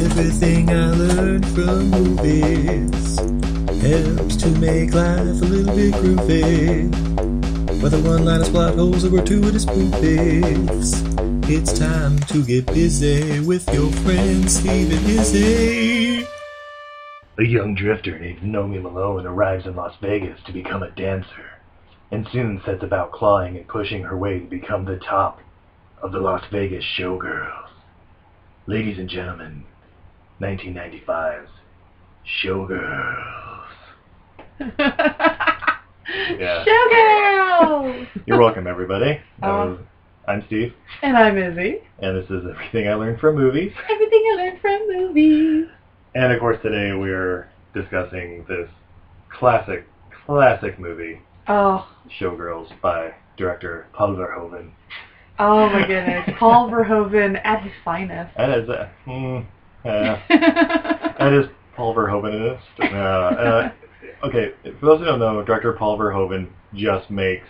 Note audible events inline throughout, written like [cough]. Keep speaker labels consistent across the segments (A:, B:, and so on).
A: Everything I learned from movies helps to make life a little bit groovy. Whether one liners, plot holes, or gratuitous proofs, it's time to get busy with your friend Steve and Izzy.
B: A young drifter named Nomi Malone arrives in Las Vegas to become a dancer, and soon sets about clawing and pushing her way to become the top of the Las Vegas showgirls. Ladies and gentlemen, 1995's Showgirls.
C: [laughs]
B: Yeah.
C: Showgirls!
B: You're welcome, everybody. That
C: Um,
B: was- I'm Steve,
C: [laughs] and I'm Izzy.
B: and this is Everything I Learned from Movies.
C: Everything I learned from movies.
B: And of course, today we're discussing this classic, classic movie,
C: Oh,
B: Showgirls, by director Paul Verhoeven.
C: oh my [laughs] goodness. Paul Verhoeven at his finest.
B: That is, uh, mm, uh, that is Paul Verhoevenist. Uh, uh, okay, for those who don't know, director Paul Verhoeven just makes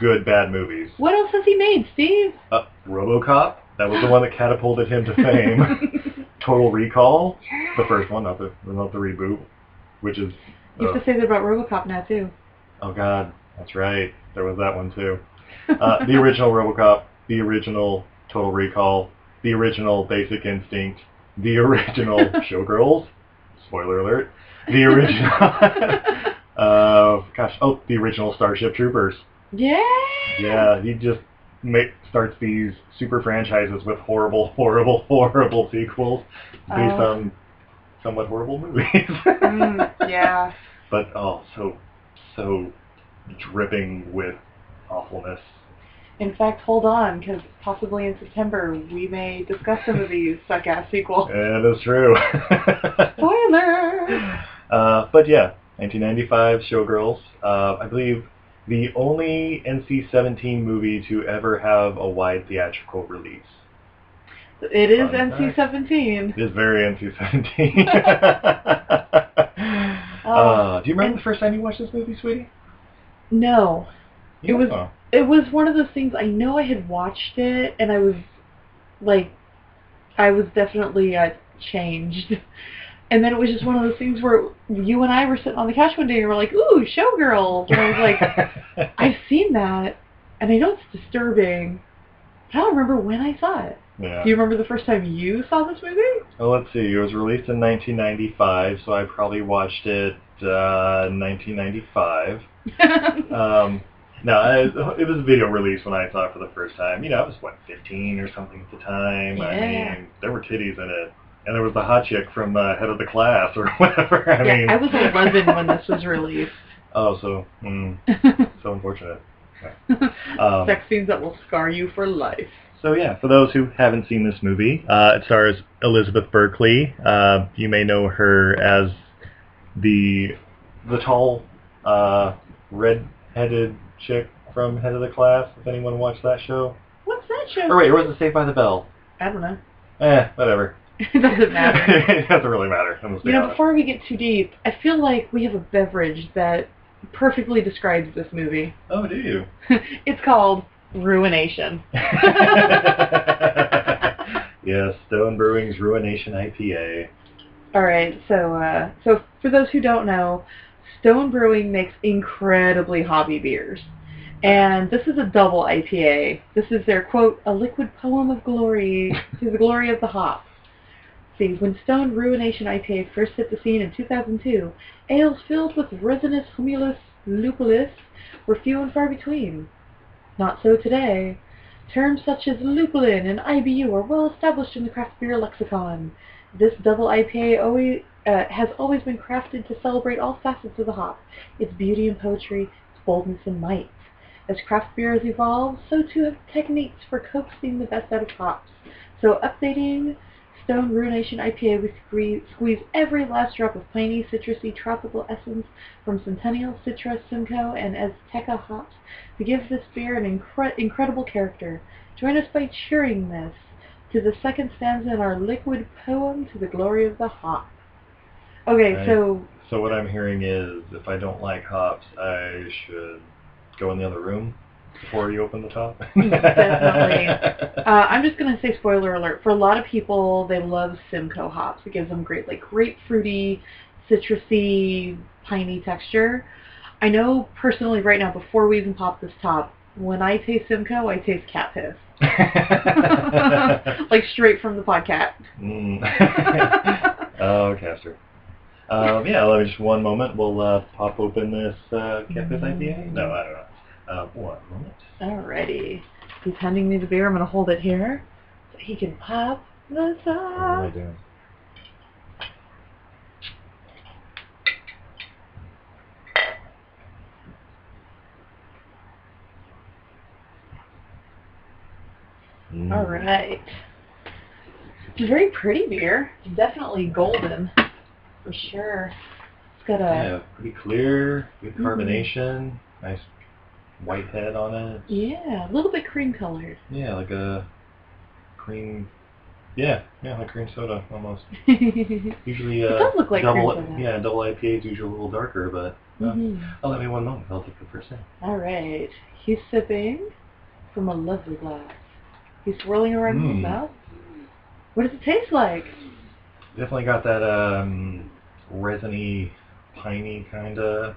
B: good bad movies.
C: [laughs] what else has he made, Steve?
B: Uh, RoboCop, that was the one that catapulted him to fame. Total Recall, the first one, not the not the reboot, which is
C: You have
B: uh,
C: to say that about Robocop now,
B: [laughs]
C: too. [laughs]
B: oh god, that's right, there was that one too. Uh, the original RoboCop, the original Total Recall, the original Basic Instinct, the original Showgirls, spoiler alert, the original,
C: [laughs]
B: uh, gosh, oh, the original Starship Troopers.
C: yeah!
B: Yeah, he just make, starts these super franchises with horrible, horrible, horrible sequels based
C: Oh.
B: on somewhat horrible movies.
C: Mm, yeah.
B: but oh, so so dripping with awfulness.
C: In fact, hold on, because possibly in September we may discuss some of these suck-ass
B: [laughs]
C: sequels.
B: Yeah, that's true.
C: Spoiler!
B: uh, but yeah, 1995 Showgirls. Uh, I believe the only NC-17 movie to ever have a wide theatrical release.
C: It is
B: Fun fact.
C: NC-17.
B: It is very
C: [laughs]
B: NC-17. [laughs] uh, do you remember
C: and-
B: the first time you watched this movie, sweetie?
C: No, It was-
B: Oh.
C: it was one of those things I know I had watched it and I was like I was definitely uh, changed. [laughs] And then it was just one of those things where you and I were sitting on the couch one day and we're like, "Ooh, Showgirls." And I was like, "I've seen that and I know it's disturbing, but I don't remember when I saw it."
B: [laughs] yeah.
C: Do you remember the first time you saw this
B: [laughs]
C: movie?
B: Well, Oh, let's see. It was released in 1995, so I probably watched it uh, 1995. Um, no, I, it was a video release when I saw it for the first time. You know, I was what 15 or something at the time. I
C: Yeah.
B: mean, there were titties in it, and there was the hot chick from uh, Head of the Class or [laughs] whatever. I mean,
C: yeah, I was 11 when this was released.
B: oh, so
C: [laughs]
B: mm, so unfortunate. Okay. [laughs] Um,
C: Sex scenes that will scar you for life.
B: So yeah, for those who haven't seen this movie, uh, it stars Elizabeth Berkley. Uh, you may know her as the the tall, uh, red-headed chick from Head of the Class. If anyone watched that show,
C: What's that show?
B: or wait, or was it Saved by the Bell?
C: I don't know. [laughs]
B: Eh, whatever.
C: it doesn't matter.
B: [laughs] it doesn't really matter. I'm just
C: You
B: being
C: know,
B: honest.
C: before we get too deep, I feel like we have a beverage that perfectly describes this movie. [laughs]
B: oh, do you? [laughs]
C: It's called Ruination.
B: yes, Stone Brewing's Ruination IPA.
C: All right, so uh, so for those who don't know, Stone Brewing makes incredibly hobby beers, and this is a double IPA. This is their quote, "A liquid poem of glory to the glory of the hop." See, when Stone Ruination IPA first hit the scene in 2002, ales filled with resinous humulus lupulus were few and far between. Not so today. Terms such as lupulin and IBU are well established in the craft beer lexicon. This double IPA always, uh, has always been crafted to celebrate all facets of the hop, its beauty and poetry, its boldness and might. As craft beer has evolved, so too have techniques for coaxing the best out of hops. So updating Stone Ruination IPA, we squeeze, squeeze every last drop of piney, citrusy, tropical essence from Centennial, Citra, Simcoe, and Azteca hops to give this beer an incre- incredible character. Join us by cheering this to the second stanza in our liquid poem to the glory of the hop. Okay,
B: Right.
C: so
B: So what I'm hearing is, if I don't like hops, I should go in the other room. before you open the top.
C: Definitely. Uh, I'm just going to say spoiler alert. For a lot of people, they love Simcoe hops. It gives them great, like, grapefruity, citrusy, piney texture. I know personally right now, before we even pop this top, when I taste Simcoe, I taste cat piss. like straight from the podcast.
B: [laughs]
C: [laughs]
B: Mm. [laughs] oh, Caster. Um, yeah, let me just one moment. We'll uh, pop open this uh, campus IPA. No, I don't know. Uh, one moment.
C: Alrighty. He's handing me the beer. I'm going to hold it here so he can pop the
B: What am I
C: top.
B: doing? Mm.
C: All right. It's a very pretty beer. It's definitely golden, for sure. It's got a
B: Yeah, pretty clear, good
C: Mhm.
B: carbonation, nice white head on it.
C: yeah, a little bit cream colored. [laughs]
B: Yeah, like a cream. Yeah, yeah, like cream soda almost.
C: Mhm.
B: Usually,
C: It
B: uh,
C: does look like
B: double,
C: cream soda.
B: yeah, double IPA is usually a little darker, but uh, I'll let me one moment. I'll take the first sip.
C: Mm-hmm. All right. He's sipping from a lovely glass. He's swirling around in his
B: Mm.
C: mouth. What does it taste like?
B: Definitely got that um, resiny, piney kind of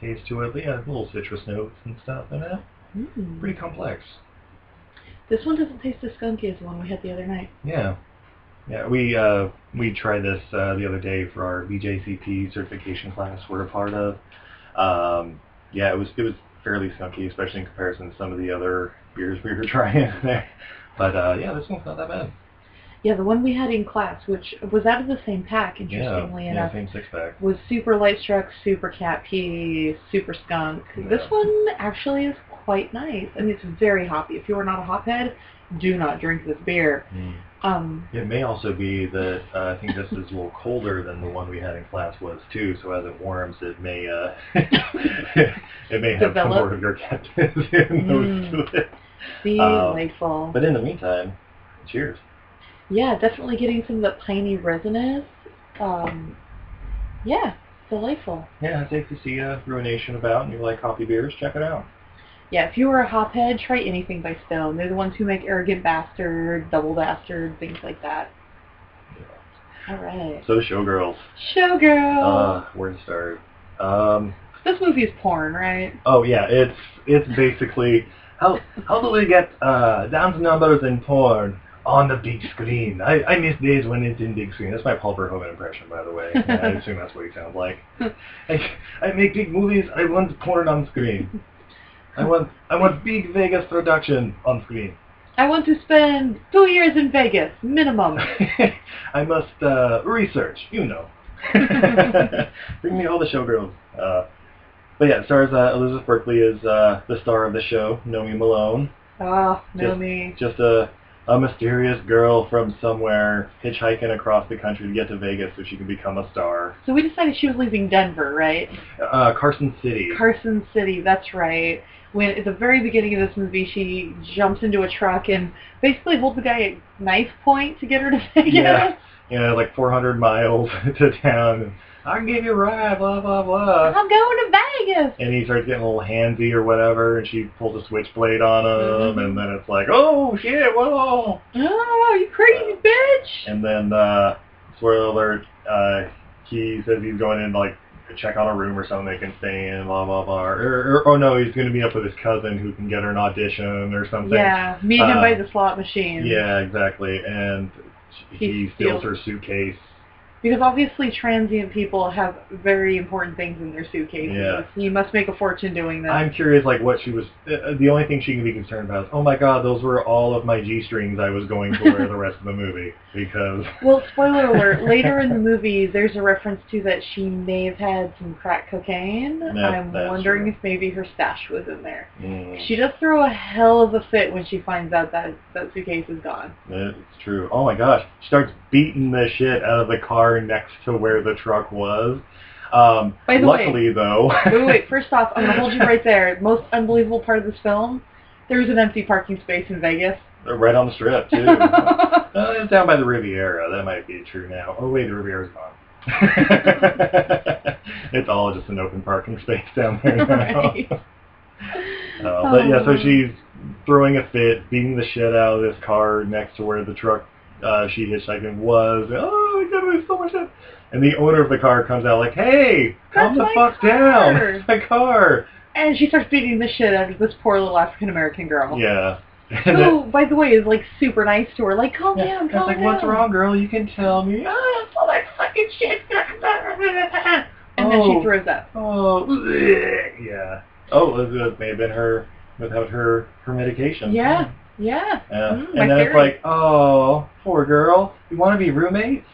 B: taste to it, but yeah, little citrus notes and stuff in it.
C: Mm.
B: Pretty complex.
C: This one doesn't taste as skunky as the one we had the other night.
B: Yeah. Yeah, we uh, we tried this uh, the other day for our BJCP certification class we're a part of. Um, yeah, it was it was fairly skunky, especially in comparison to some of the other beers we were [laughs] trying there. But uh, yeah, this one's not that bad.
C: Yeah, the one we had in class, which was out of the same pack, interestingly
B: yeah,
C: enough.
B: yeah, same six pack.
C: was super light struck, super cat pee, super skunk. This
B: Yeah.
C: one actually is quite nice. I mean, it's very hoppy. If you are not a hophead, do not drink this beer.
B: Mm.
C: Um,
B: It may also be that uh, I think this is a little colder than the one we had in class was too. So as it warms, it may uh, [laughs] it may have some
C: Develop.
B: more of your captives [laughs] in those
C: Mm.
B: to it. Oh.
C: delightful.
B: But in the meantime, cheers.
C: yeah, definitely getting some of that piney resinous. Um, yeah, delightful.
B: Yeah, it's safe to see uh, Ruination about, and you like hoppy beers, check it out.
C: Yeah, if you are a hophead, try anything by Stone. They're the ones who make Arrogant Bastard, Double Bastard, things like that. All right.
B: So Showgirls,
C: Showgirl.
B: uh, where to start? Um,
C: this movie's porn, right?
B: oh yeah, it's it's basically how how do we get uh, dance numbers and porn on the big screen? I, I miss days when it's in big screen. That's my Paul Verhoeven impression, by the way. Yeah, I assume that's what he sounds like. I, I make big movies. I want porn on screen. I want I want big Vegas production on screen. [laughs]
C: I want to spend two years in Vegas,
B: [laughs]
C: minimum.
B: I must uh, research, you know. Bring me all the showgirls. Uh, but yeah, it stars uh, Elizabeth Berkley is uh, the star of the show, Nomi Malone.
C: Oh, no
B: Just-
C: me.
B: Just a, a mysterious girl from somewhere hitchhiking across the country to get to Vegas so she can become a star.
C: So we decided she was leaving Denver, right?
B: Uh, Carson City.
C: Carson City, that's right. When at the very beginning of this movie, she jumps into a truck and basically holds the guy at knife point to [laughs] get her to Vegas.
B: Yeah. yeah, like 400 miles [laughs] to town. I can give you a ride, blah, blah, blah.
C: I'm going to Vegas.
B: and he starts getting a little handsy or whatever, and she pulls a switchblade on him,
C: Mhm.
B: and then it's like, oh shit, whoa!
C: Oh, you crazy bitch.
B: Uh, And then, uh, spoiler alert, uh, he says he's going in like to check out a room or something they can stay in, blah blah blah. Or, or oh no, he's going to meet up with his cousin who can get her an audition or something.
C: Yeah, meet him
B: Uh,
C: by the slot machine.
B: Yeah, exactly. And
C: He
B: he,
C: steals-
B: steals her suitcase.
C: Because obviously transient people have very important things in their suitcases.
B: Yeah.
C: You must make a fortune doing this.
B: I'm curious, like what she was. Uh, the only thing she can be concerned about is, oh my god, those were all of my g strings I was going [laughs] to wear the rest of the movie because.
C: Well, spoiler alert, later in the movie, there's a reference to that she may have had some crack cocaine.
B: Yeah,
C: I'm
B: that's
C: wondering
B: true.
C: if maybe her stash was in there.
B: Mm.
C: She does throw a hell of a fit when she finds out that that suitcase is gone.
B: It's true. Oh my gosh. She starts beating the shit out of the car next to where the truck was. Um,
C: By the way,
B: luckily, though. [laughs]
C: wait, wait, wait, first off, I'm going to hold you right there. Most unbelievable part of this film, there's an empty parking space in Vegas. [laughs]
B: right on the strip, too. uh,
C: yeah,
B: it's down by the Riviera. That might be true now. Oh, wait, the Riviera's gone. [laughs]
C: [laughs]
B: it's all just an open parking space down there now.
C: Right.
B: Uh, but yeah, so she's throwing a fit, beating the shit out of this car next to where the truck uh, she hitchhiking was. Oh, God, there's so much shit. And the owner of the car comes out like, hey, calm the
C: That's my
B: fuck down. [laughs]
C: car."
B: It's my car.
C: And she starts beating the shit out of this poor little African American girl.
B: Yeah. [laughs] And then-
C: Who, by the way, is like super nice to her. Like,
B: [laughs]
C: calm
B: Yeah,
C: down,
B: I was
C: calm
B: like,
C: down.
B: what's wrong, girl? You can tell me. [laughs] Ah, it's all that fucking shit.
C: And then
B: Oh.
C: she throws up.
B: Oh, [laughs] bleh. yeah. Oh, it was- it may have been her without her her medication.
C: Yeah, yeah.
B: Uh,
C: Mm, my
B: and then it's
C: theory.
B: like, oh, poor girl. You want to be roommates?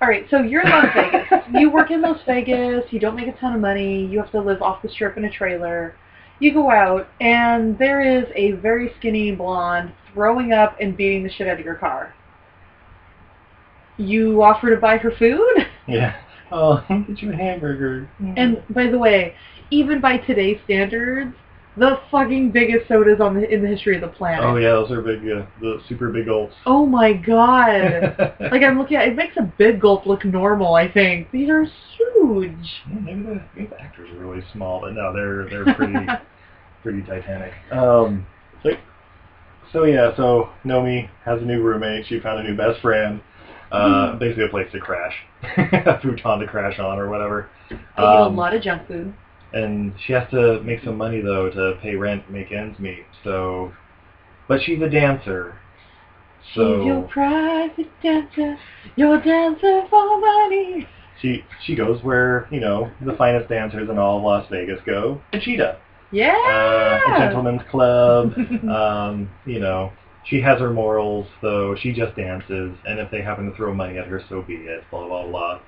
C: All right, so you're
B: [laughs]
C: in Las Vegas. you work in Las Vegas. You don't make a ton of money. You have to live off the strip in a trailer. You go out, and there is a very skinny blonde throwing up and beating the shit out of your car. You offer to buy her food?
B: Yeah. Oh, [laughs] I'll get you a hamburger.
C: And by the way, even by today's standards, the fucking biggest sodas on the, in the history of the planet.
B: oh yeah, those are big, uh, the super big gulps. [laughs]
C: Oh my god.
B: Maybe
C: like I'm looking at it makes a big gulp look normal, I think. These are huge.
B: the, maybe the actors are really small, but no, they're they're [laughs] pretty pretty titanic. Um, so, so yeah, so Nomi has a new roommate. She found a new best friend. Uh, Basically, a place to crash, [laughs] a futon to crash on or whatever.
C: I eat a
B: Um,
C: lot of junk food.
B: and she has to make some money though to pay rent, and make ends meet. So, but she's a dancer.
C: She's your
B: So
C: private dancer, your dancer for money.
B: she she goes where you know the finest dancers in all of Las Vegas go. Conchita, uh, a
C: Yeah.
B: gentleman's
C: [laughs]
B: club. um, you know, she has her morals, though. She just dances, and if they happen to throw money at her, so be it. Blah blah blah.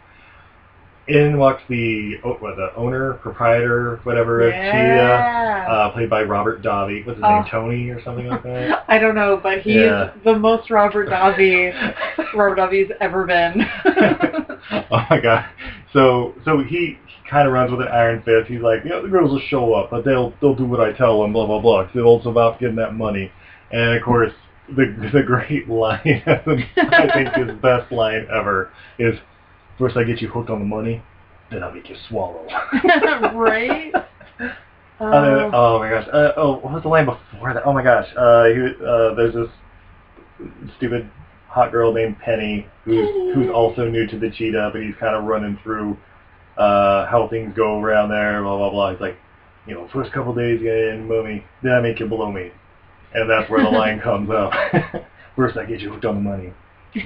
B: In walks the oh, what, the owner, proprietor, whatever of Chia,
C: yeah.
B: uh, played by Robert Davi. What's his
C: Oh.
B: name, Tony or something like that?
C: I don't know, but he's
B: Yeah.
C: the most Robert Davi Robert Davi's ever been. [laughs]
B: [laughs] oh my god. So so he, he kind of runs with an iron fist. He's like, you know, the girls will show up, but they'll they'll do what I tell them. Blah blah blah. 'cause it's about getting that money. And of course, the the great line, [laughs] I think his best line ever is, first I get you hooked on the money, then I'll make you swallow.
C: right?
B: Uh,
C: Oh.
B: oh my gosh. Uh, oh, what was the line before that? Oh my gosh. Uh, he, uh, there's this stupid hot girl named Penny who's who's also new to the cheetah, but he's kind of running through uh, how things go around there. Blah blah blah. He's like, you know, first couple days you gotta mow me, then I make you blow me, and that's where the line comes up. [laughs] First I get you hooked on the money,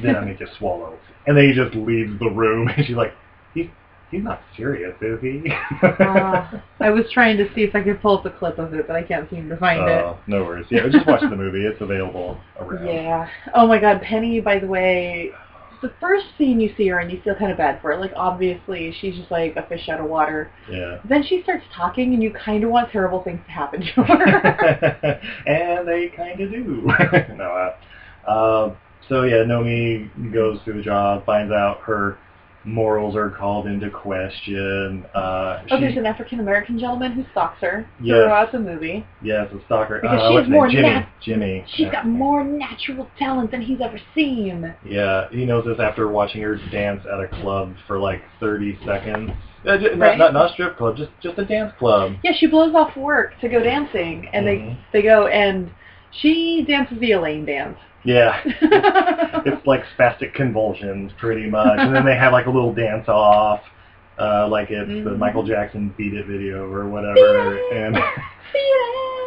B: then I make you swallow, and then he just leaves the room, [laughs] and she's like, he he's not serious, is he?
C: Uh, I was trying to see if I could pull up a clip of it, but I can't seem to find it.
B: Oh, no worries. Yeah, just watch the movie. It's available around.
C: Yeah. Oh my God, Penny. By the way, the first scene you see her and you feel kind of bad for her. Like obviously she's just like a fish out of water.
B: Yeah. [laughs]
C: Then she starts talking and you kind of want terrible things to happen
B: [laughs]
C: to her. [laughs]
B: and they kind of do. [laughs] no. Uh, uh, so yeah, Nomi goes through the job, finds out her morals are called into question. Uh,
C: oh,
B: she,
C: there's an African American gentleman who stalks her
B: Yes.
C: throughout the movie.
B: yes, a stalker.
C: Because
B: uh,
C: she's
B: what's his
C: more
B: name? Jimmy.
C: nat-
B: Jimmy.
C: She's got more natural talent than he's ever seen.
B: Yeah, he knows this after watching her dance at a club for like 30 seconds. Uh, j-
C: Right.
B: not, not not strip club, just just a dance club.
C: Yeah, she blows off work to go dancing, and
B: Mhm.
C: they they go and she dances the Elaine dance. [laughs]
B: Yeah. [laughs] it's like spastic convulsions pretty much and then they have like a little dance off uh like it's the
C: Mhm.
B: michael jackson beat it video or whatever
C: [laughs]
B: and [laughs]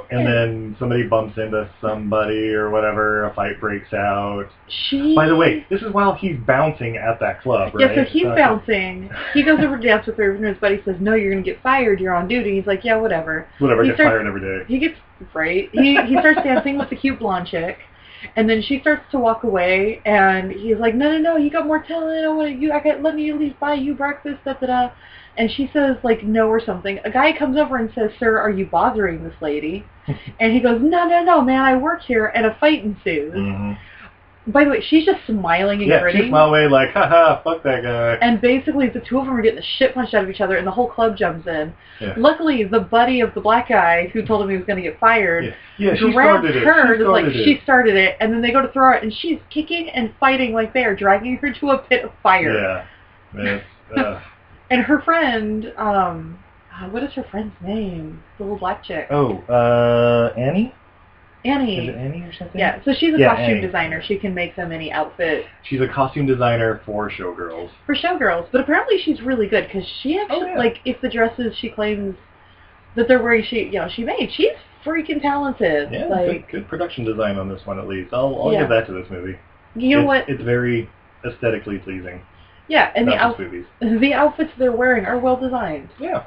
B: and then somebody bumps into somebody or whatever a fight breaks out
C: she.
B: by the way this is while he's bouncing at that club right
C: Yeah, so he's
B: It's not-
C: bouncing. He goes over to
B: [laughs]
C: dance with her, and his buddy says, "No, you're gonna get fired. You're on duty." He's like, "Yeah, whatever."
B: whatever
C: he
B: gets
C: starts-
B: fired every day
C: He gets right. He he starts dancing with the cute blonde chick, and then she starts to walk away, and he's like, "No, no, no, you got more talent. I want you. I got let me at least buy you breakfast." Da da da. And she says like no or something. A guy comes over and says, "Sir, are you bothering this
B: [laughs]
C: lady?" and he goes, "No, no, no, man, I work here." And a fight ensues.
B: hmm
C: By the way, she's just smiling and
B: yeah
C: grinning.
B: she's my way like haha fuck that guy
C: And basically, the two of them are getting the shit punched out of each other, and the whole club jumps in.
B: Yeah.
C: Luckily, the buddy of the black guy who told him he was going to get fired
B: yeah, yeah she
C: grabs
B: started it
C: her
B: she
C: and is like,
B: started it.
C: she started it. And then they go to throw it, and she's kicking and fighting like they are dragging her [laughs] to a pit of fire.
B: yeah It's, uh, [laughs]
C: And her friend, um, God, what is her friend's name? The little black chick.
B: Oh, uh, Annie? Is
C: Annie.
B: it Annie or something?
C: Yeah, so she's a
B: Yeah,
C: costume
B: Annie.
C: designer. She can make them any outfit
B: She's a costume designer for Showgirls.
C: for showgirls. But apparently she's really good because she actually,
B: Oh, yeah.
C: like, if the dresses she claims that they're wearing, she, you know, she made, she's freaking talented.
B: Yeah, good,
C: like,
B: good production design on this one at least. I'll, I'll
C: Yeah.
B: give that to this movie.
C: you know
B: it's,
C: what?
B: It's very aesthetically pleasing.
C: Yeah, and the,
B: about
C: out-
B: these movies.
C: [laughs] the outfits they're wearing are well designed.
B: Yeah.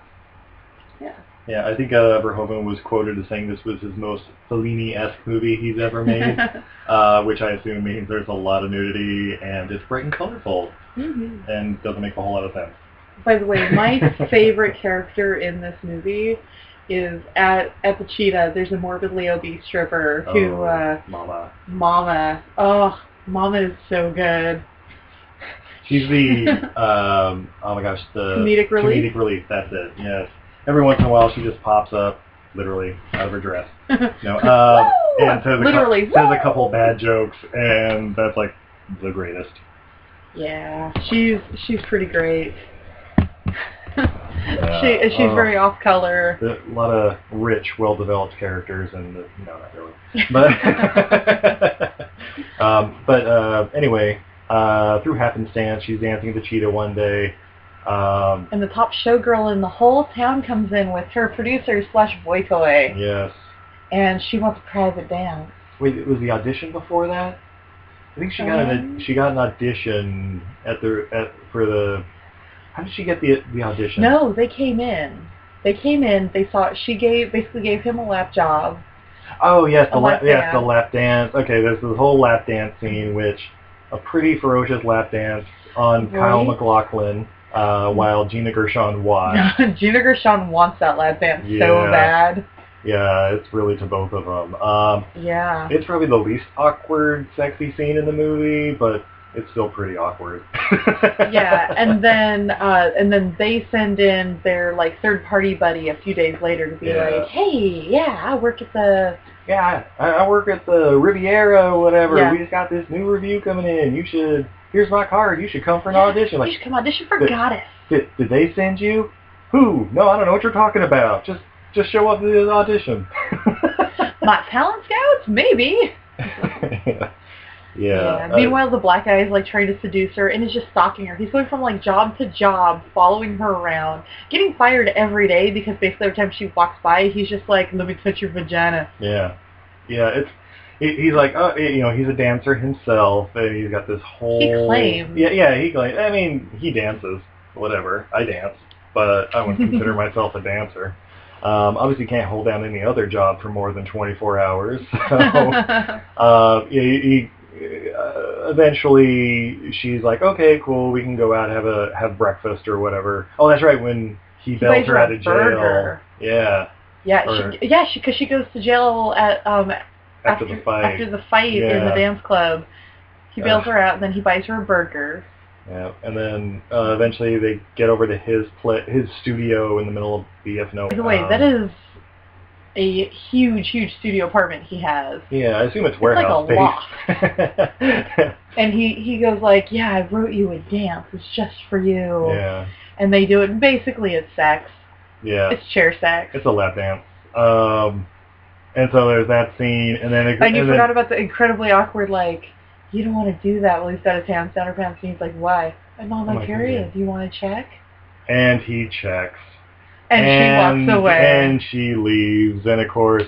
C: Yeah.
B: Yeah, I think uh, Verhoeven was quoted as saying this was his most Fellini-esque movie he's
C: [laughs]
B: ever made, uh, which I assume means there's a lot of nudity and it's bright and colorful
C: Mhm.
B: and doesn't make a whole lot of sense.
C: By the way,
B: [laughs]
C: my favorite character in this movie is at at the cheetah. There's a morbidly obese stripper who,
B: Oh,
C: uh,
B: Mama.
C: Mama. Oh, Mama is so good.
B: She's
C: [laughs]
B: the, um, oh my gosh, the
C: Comedic relief.
B: comedic relief, that's it, yes. Every once in a while she just pops up, literally, out of her
C: [laughs]
B: dress. No, uh,
C: Woo!
B: and says a, cou-
C: Literally,
B: says
C: woo!
B: a couple bad jokes, and that's like the greatest.
C: Yeah, she's she's pretty great.
B: Yeah,
C: [laughs] she she's
B: oh.
C: very off color.
B: a lot of rich, well-developed characters, and the, no, not really. But [laughs] um, but uh, anyway, uh, through happenstance, she's dancing with the cheetah one day. Um,
C: And the top showgirl in the whole town comes in with her producer slash boycoy,
B: yes.
C: and she wants a private dance.
B: Wait, it was the audition before that? I think she got
C: Um.
B: an she got an audition at the at for the. How did she get the the audition?
C: No, they came in. They came in. They saw she gave basically gave him a lap job.
B: Oh yes,
C: A
B: the lap,
C: lap
B: yes, the
C: dance.
B: lap dance. Okay, there's this whole lap dance scene, which a pretty ferocious lap dance on Kyle
C: Right.
B: McLaughlin, uh, while Gina Gershon watched.
C: [laughs] Gina Gershon wants that lap dance
B: Yeah.
C: so bad.
B: yeah, it's really to both of them. Um,
C: Yeah.
B: it's probably the least awkward, sexy scene in the movie, but it's still pretty awkward. [laughs]
C: yeah, and then uh, and then they send in their like third party buddy a few days later to be
B: Yeah.
C: like, hey, yeah, I work at the
B: yeah, I, I work at the Riviera, or whatever.
C: Yeah.
B: We just got this new review coming in. You should. Here's my card. You should come for an audition. Like,
C: you should come audition for
B: the-
C: Goddess.
B: Did, did they send you? Who? No, I don't know what you're talking about. Just just show up to the audition. [laughs]
C: My talent scouts, maybe.
B: yeah. uh,
C: Meanwhile, the black guy is like trying to seduce her and is just stalking her. He's going from like job to job, following her around, getting fired every day because basically every time she walks by, he's just like, let me touch
B: [laughs]
C: your vagina.
B: yeah. Yeah, it's he- he's like, uh, you know, he's a dancer himself, and he's got this whole.
C: claims.
B: Yeah, yeah, he claims. I mean, he dances, whatever. I dance, but I wouldn't
C: [laughs]
B: consider myself a dancer. Um, obviously, can't hold down any other job for more than 24 hours. [laughs]
C: [laughs]
B: So uh, he, he, uh, eventually she's like, okay, cool, we can go out have a have breakfast or whatever. Oh, that's right, when he bails
C: buys
B: her
C: her
B: out
C: a
B: of jail.
C: burger.
B: Yeah,
C: yeah,
B: Or-
C: she, yeah, because she goes to jail at um
B: after, the fight.
C: after the fight in
B: Yeah.
C: the dance club. He bails
B: Ugh.
C: her out, and then he buys her a burger.
B: yeah, and then uh, eventually they get over to his pla- his studio in the middle of BF nowhere.
C: By the way,
B: Um,
C: that is a huge, huge studio apartment he has.
B: Yeah, I assume it's
C: like a
B: warehouse space. [laughs]
C: And he, he goes like, yeah, I wrote you a dance. It's just for you.
B: yeah,
C: And they do it. And basically, it's sex.
B: yeah,
C: It's chair sex.
B: it's a lap dance. Um, and so there's that scene, and then it,
C: and you
B: and
C: forgot
B: then,
C: about the incredibly awkward, like, you don't want to do that while he's got his hands down her pants. And he's like, why? I'm on
B: Oh
C: my
B: my
C: period.
B: goodness.
C: Do you want to check?
B: and he checks.
C: And, she walks away.
B: And she leaves. And of course,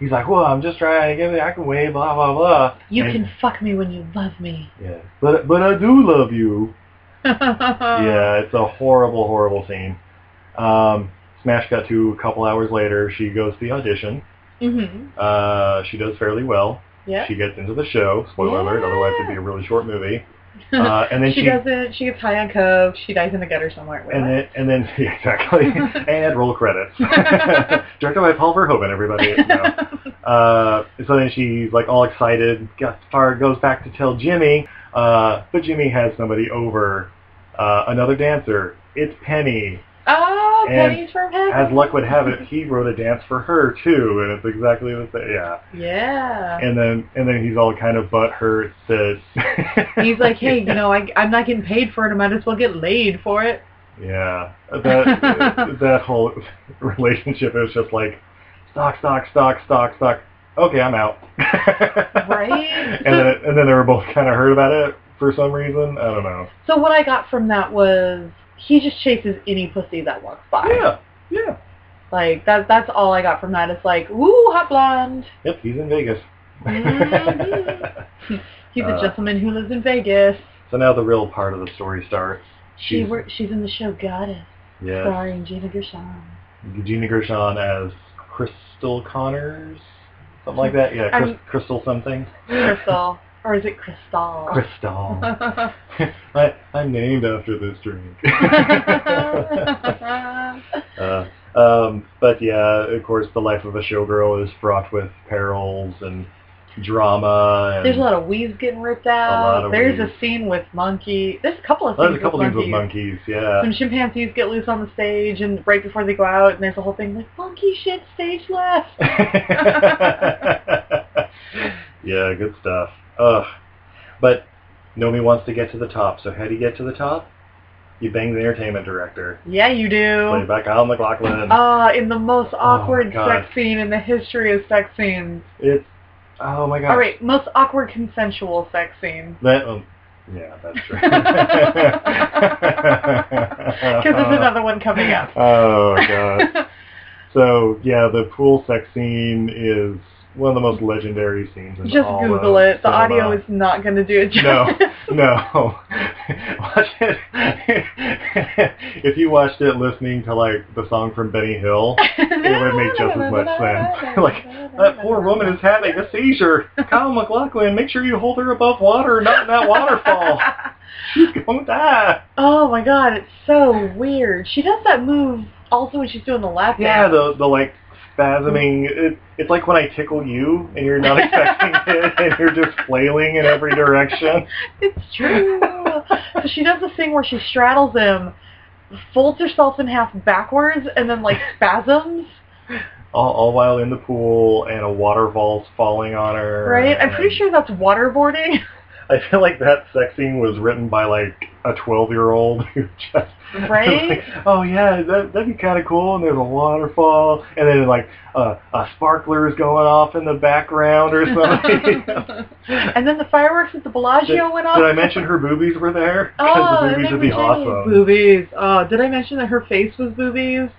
B: he's like, "Well, I'm just trying to give it. I can wait. Blah blah blah."
C: you
B: and-
C: can fuck me when you love me. [laughs]
B: Yeah. But but I do love you. yeah.
C: Um,
B: It's a horrible horrible scene. Um, Smash cut to a couple hours later. She goes to the audition.
C: hmm
B: Uh, she does fairly well.
C: Yeah.
B: She gets into the show. Spoiler alert.
C: Yeah.
B: Otherwise, it'd be a really short movie. Uh, and then
C: [laughs] she,
B: she.
C: doesn't. She gets high on coke. She dies in the gutter somewhere. Wait,
B: and
C: what?
B: then, and then, [laughs] yeah, exactly.
C: [laughs]
B: and roll credits. [laughs] Directed by Paul Verhoeven,
C: [laughs]
B: everybody. No. Uh, so then she's like all excited. Gaspar goes back to tell Jimmy, uh, but Jimmy has somebody over, uh, another dancer. It's Penny.
C: oh,
B: and
C: pennies from heaven.
B: As luck would have it, he wrote a dance for her too, and it's exactly the same. Yeah.
C: Yeah.
B: And then and then he's all kind of butthurt that
C: he's like, hey, you know, I, I'm not getting paid for it. I might as well get laid for it.
B: [laughs] Yeah,
C: [laughs]
B: that that whole relationship it was just like stock, stock, stock, stock, stock. Okay, I'm out. [laughs]
C: Right?
B: and then and then they were both kind of hurt about it for some reason. I don't know.
C: So what I got from that was he just chases any pussy that walks by.
B: Yeah, yeah.
C: Like that that's all I got from that. It's like, ooh,
B: [laughs]
C: hot blonde.
B: Yep, he's in Vegas.
C: Mhm. He's a
B: Uh,
C: gentleman who lives in Vegas.
B: [laughs] so now the real part of the story starts.
C: She
B: She's-
C: wor- she's in the show Goddess,
B: Yeah,
C: starring Gina Gershon.
B: Gina Gershon as Crystal Connors, something like that. Yeah, Chris,
C: I'm-
B: Crystal
C: [laughs]
B: something.
C: Crystal. or is it Crystal? [laughs]
B: Crystal. I, I'm named after this drink. uh, um, but yeah, of course, the life of a showgirl is fraught with perils and drama. And
C: There's a lot of weaves getting ripped out.
B: lot of
C: There's
B: weaves.
C: a scene with monkey. There's a couple of scenes
B: There's a couple
C: with
B: things with
C: monkeys.
B: monkeys. Yeah.
C: Some chimpanzees get loose on the stage, and right before they go out, and there's a whole thing like monkey shit stage
B: [laughs]
C: left.
B: yeah, good stuff. Ugh. But Nomi wants to get to the top. So how do you get to the top? You bang the entertainment director,
C: Yeah, you
B: played
C: do.
B: by Kyle MacLachlan.
C: Ah, in the most awkward
B: Oh God.
C: sex scene in the history of sex scenes.
B: it's oh my god.
C: All right, most awkward consensual sex scene.
B: That um, yeah, that's
C: [laughs]
B: true.
C: Because
B: Uh-huh.
C: there's another one coming up.
B: [laughs] Oh god. So yeah, the pool sex scene is one of the most legendary scenes. In
C: Just
B: all
C: Google
B: of
C: it. The
B: cinema.
C: audio is not going to do it
B: No.
C: justice.
B: No. Watch it. [laughs] if you watched it listening to like the song from Benny Hill, [laughs] it would make just as much sense. [laughs] like that poor woman is having a seizure. Kyle McLaughlin, make sure you hold her above water, not in that waterfall. [laughs] She's gonna die.
C: Oh my god, it's so weird. She does that move also when she's doing the lap
B: Yeah,
C: dance.
B: the the like spasming. It, it's like when I tickle you and you're not expecting
C: [laughs]
B: it, and you're just flailing in every direction.
C: It's true. so she does this thing where she straddles him, folds herself in half backwards, and then like spasms,
B: all, all while in the pool and a waterfall's falling on her.
C: right? I'm
B: and-
C: pretty sure that's waterboarding.
B: [laughs] I feel like that sex scene was written by like a 12 year old who just [laughs]
C: Right?
B: oh yeah, that, that'd be kind of cool. And there's a waterfall, and then like uh, a sparkler is going off in the background or
C: [laughs]
B: something. did,
C: and then the fireworks at the Bellagio went off.
B: did I mention her boobies were there?
C: Oh,
B: the
C: that
B: boobies
C: made
B: would
C: me
B: be
C: change.
B: awesome.
C: Boobies. Oh, did I mention that her face was boobies,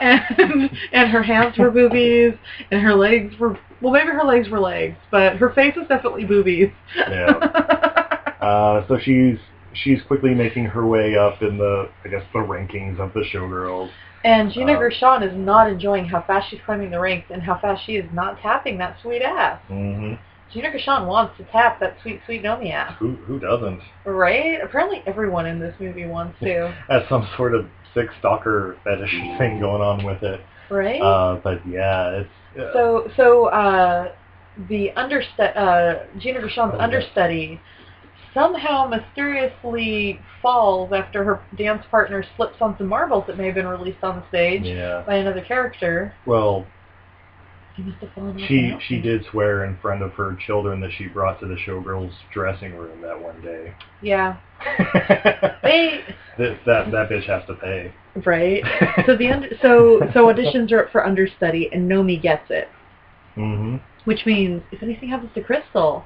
C: and [laughs] and her hands were boobies, and her legs were well, maybe her legs were legs, but her face was definitely boobies.
B: Yeah. Uh, so she's she's quickly making her way up in the I guess the rankings of the showgirls.
C: and Gina
B: Um,
C: Gershon is not enjoying how fast she's climbing the ranks and how fast she is not tapping that sweet ass.
B: Mm-hmm.
C: Gina Gershon wants to tap that sweet, sweet Nomi ass,
B: Who who doesn't?
C: right? Apparently, everyone in this movie wants
B: [laughs]
C: to,
B: Has some sort of sick stalker fetish thing going on with it.
C: right?
B: Uh, but yeah, it's uh,
C: So, so uh, the understudy, uh, Gina Gershon's
B: Oh, yeah.
C: understudy, somehow mysteriously falls after her dance partner slips on some marbles that may have been released on the stage
B: yeah.
C: by another character.
B: Well,
C: He must have fallen. off
B: she
C: an
B: she
C: outfit.
B: did swear in front of her children that she brought to the showgirls dressing room that one day. [laughs]
C: Yeah.
B: that
C: They
B: that that bitch has to pay.
C: right.
B: [laughs]
C: So the under, so so auditions are up for understudy, and Nomi gets it,
B: hmm
C: which means if anything happens to Crystal,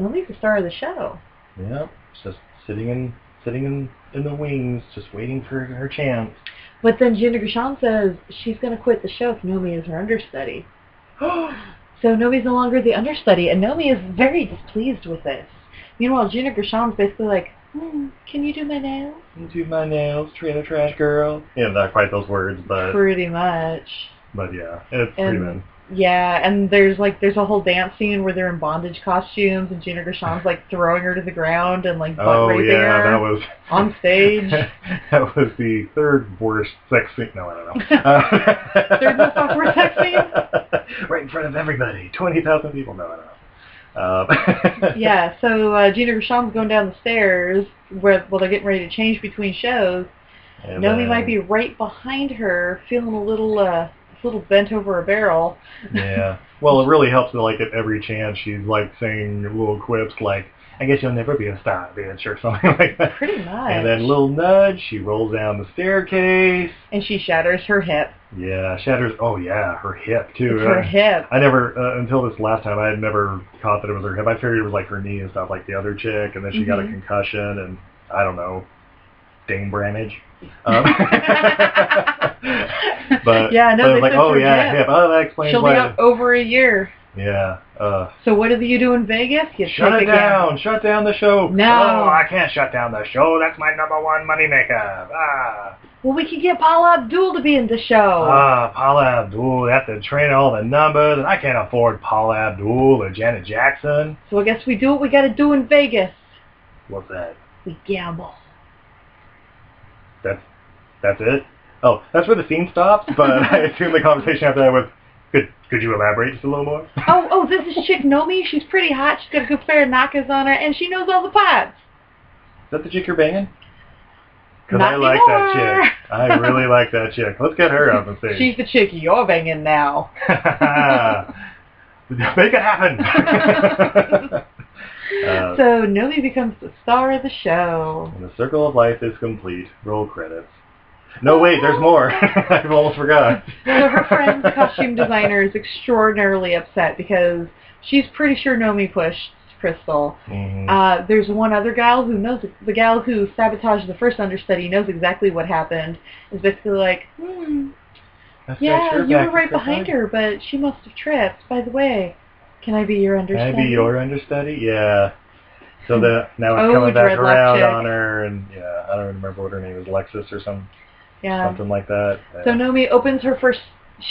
C: Nomi's the star of the show.
B: Yeah, just sitting in sitting in in the wings, just waiting for her
C: [gasps]
B: chance.
C: But then Gina Gershon says she's going to quit the show if Nomi is her understudy. So Nomi's no longer the understudy, and Nomi is very displeased with this. Meanwhile, Gina Gershon's basically like, hmm, can you do my nails?
B: Into my nails, trailer trash girl. Yeah, not quite those words, but
C: Pretty much.
B: but yeah, it's pretty bad.
C: And yeah, and there's like there's a whole dance scene where they're in bondage costumes, and Gina Gershon's like throwing her to the ground and like butt
B: Oh
C: raping
B: yeah,
C: her
B: that was [laughs]
C: on stage.
B: that was the third worst sex scene. No, I don't
C: [laughs]
B: know. Uh,
C: Third most awkward sex scene?
B: [laughs] Right in front of everybody, twenty thousand people. No, I don't know. Um,
C: yeah, so uh, Gina Gershon's going down the stairs where well they're getting ready to change between shows.
B: [laughs] and uh,
C: Nomi
B: then- [laughs]
C: might be right behind her, feeling a little uh, a little bent over a barrel.
B: Yeah. Well, it really helps that like at every chance she's like saying little quips like, I guess you'll never be a star, bitch, or something [laughs] like that.
C: Pretty much.
B: And then little nudge, she rolls down the staircase.
C: And she shatters her hip.
B: Yeah, shatters. Oh yeah, her hip too.
C: It's her
B: Uh, [laughs]
C: hip. [laughs]
B: I never uh, until this last time I had never caught that it was her hip. I figured it was like her knee and stuff, like the other chick, and then she got a
C: Mhm.
B: concussion and I don't know, Dane Brannage.
C: [laughs]
B: Um, but
C: Yeah, no,
B: but
C: they
B: like
C: said
B: oh
C: her
B: yeah,
C: hip.
B: hip. Oh, that explains
C: She'll be
B: why.
C: out over a year.
B: Yeah. Uh,
C: So what do you do in Vegas? You
B: shut
C: take
B: it
C: a gap.
B: down. Shut down the show.
C: No.
B: Oh, I can't shut down the show. That's my number one moneymaker. Ah.
C: Well, we could get Paula Abdul to be in the show.
B: Ah, Paula Abdul. They have to train all the numbers, and I can't afford Paula Abdul or Janet Jackson.
C: so I guess we do what we got to do in Vegas.
B: What's that?
C: We gamble.
B: That's that's it. Oh, that's where the scene stops. But [laughs] I assume the conversation after that was, could could you elaborate just a little more?
C: Oh, oh, this is Chick Nomi. She's pretty hot. She's got a good pair of knockers on her, and she knows all the pots.
B: Is that the chick you're banging? Because
C: Not
B: I like that
C: anymore.
B: chick. I really like that chick. Let's get her
C: [laughs]
B: up and see.
C: She's the chick you're banging now.
B: [laughs] Make it happen. [laughs] Uh,
C: so Nomi becomes the star of the show.
B: And the circle of life is complete. Roll credits. No, wait, there's more. [laughs] I've almost forgot.
C: So her
B: [laughs]
C: friend, the costume designer, is extraordinarily upset because she's pretty sure Nomi pushed Crystal.
B: Mhm.
C: Uh, there's one other gal who knows the gal who sabotaged the first understudy knows exactly what happened. Is basically like, hmm,
B: That's right,
C: yeah,
B: you're
C: you were
B: back
C: right
B: to the
C: behind
B: front.
C: her, but she must have tripped. By the way, can I be your
B: Can I
C: understudy?
B: be your understudy? Yeah. So the, now it's
C: Oh,
B: coming back
C: dreadlock
B: around
C: chick.
B: on her, and yeah, I don't remember what her name is, Lexus or some
C: yeah.
B: something like that.
C: So Nomi opens her first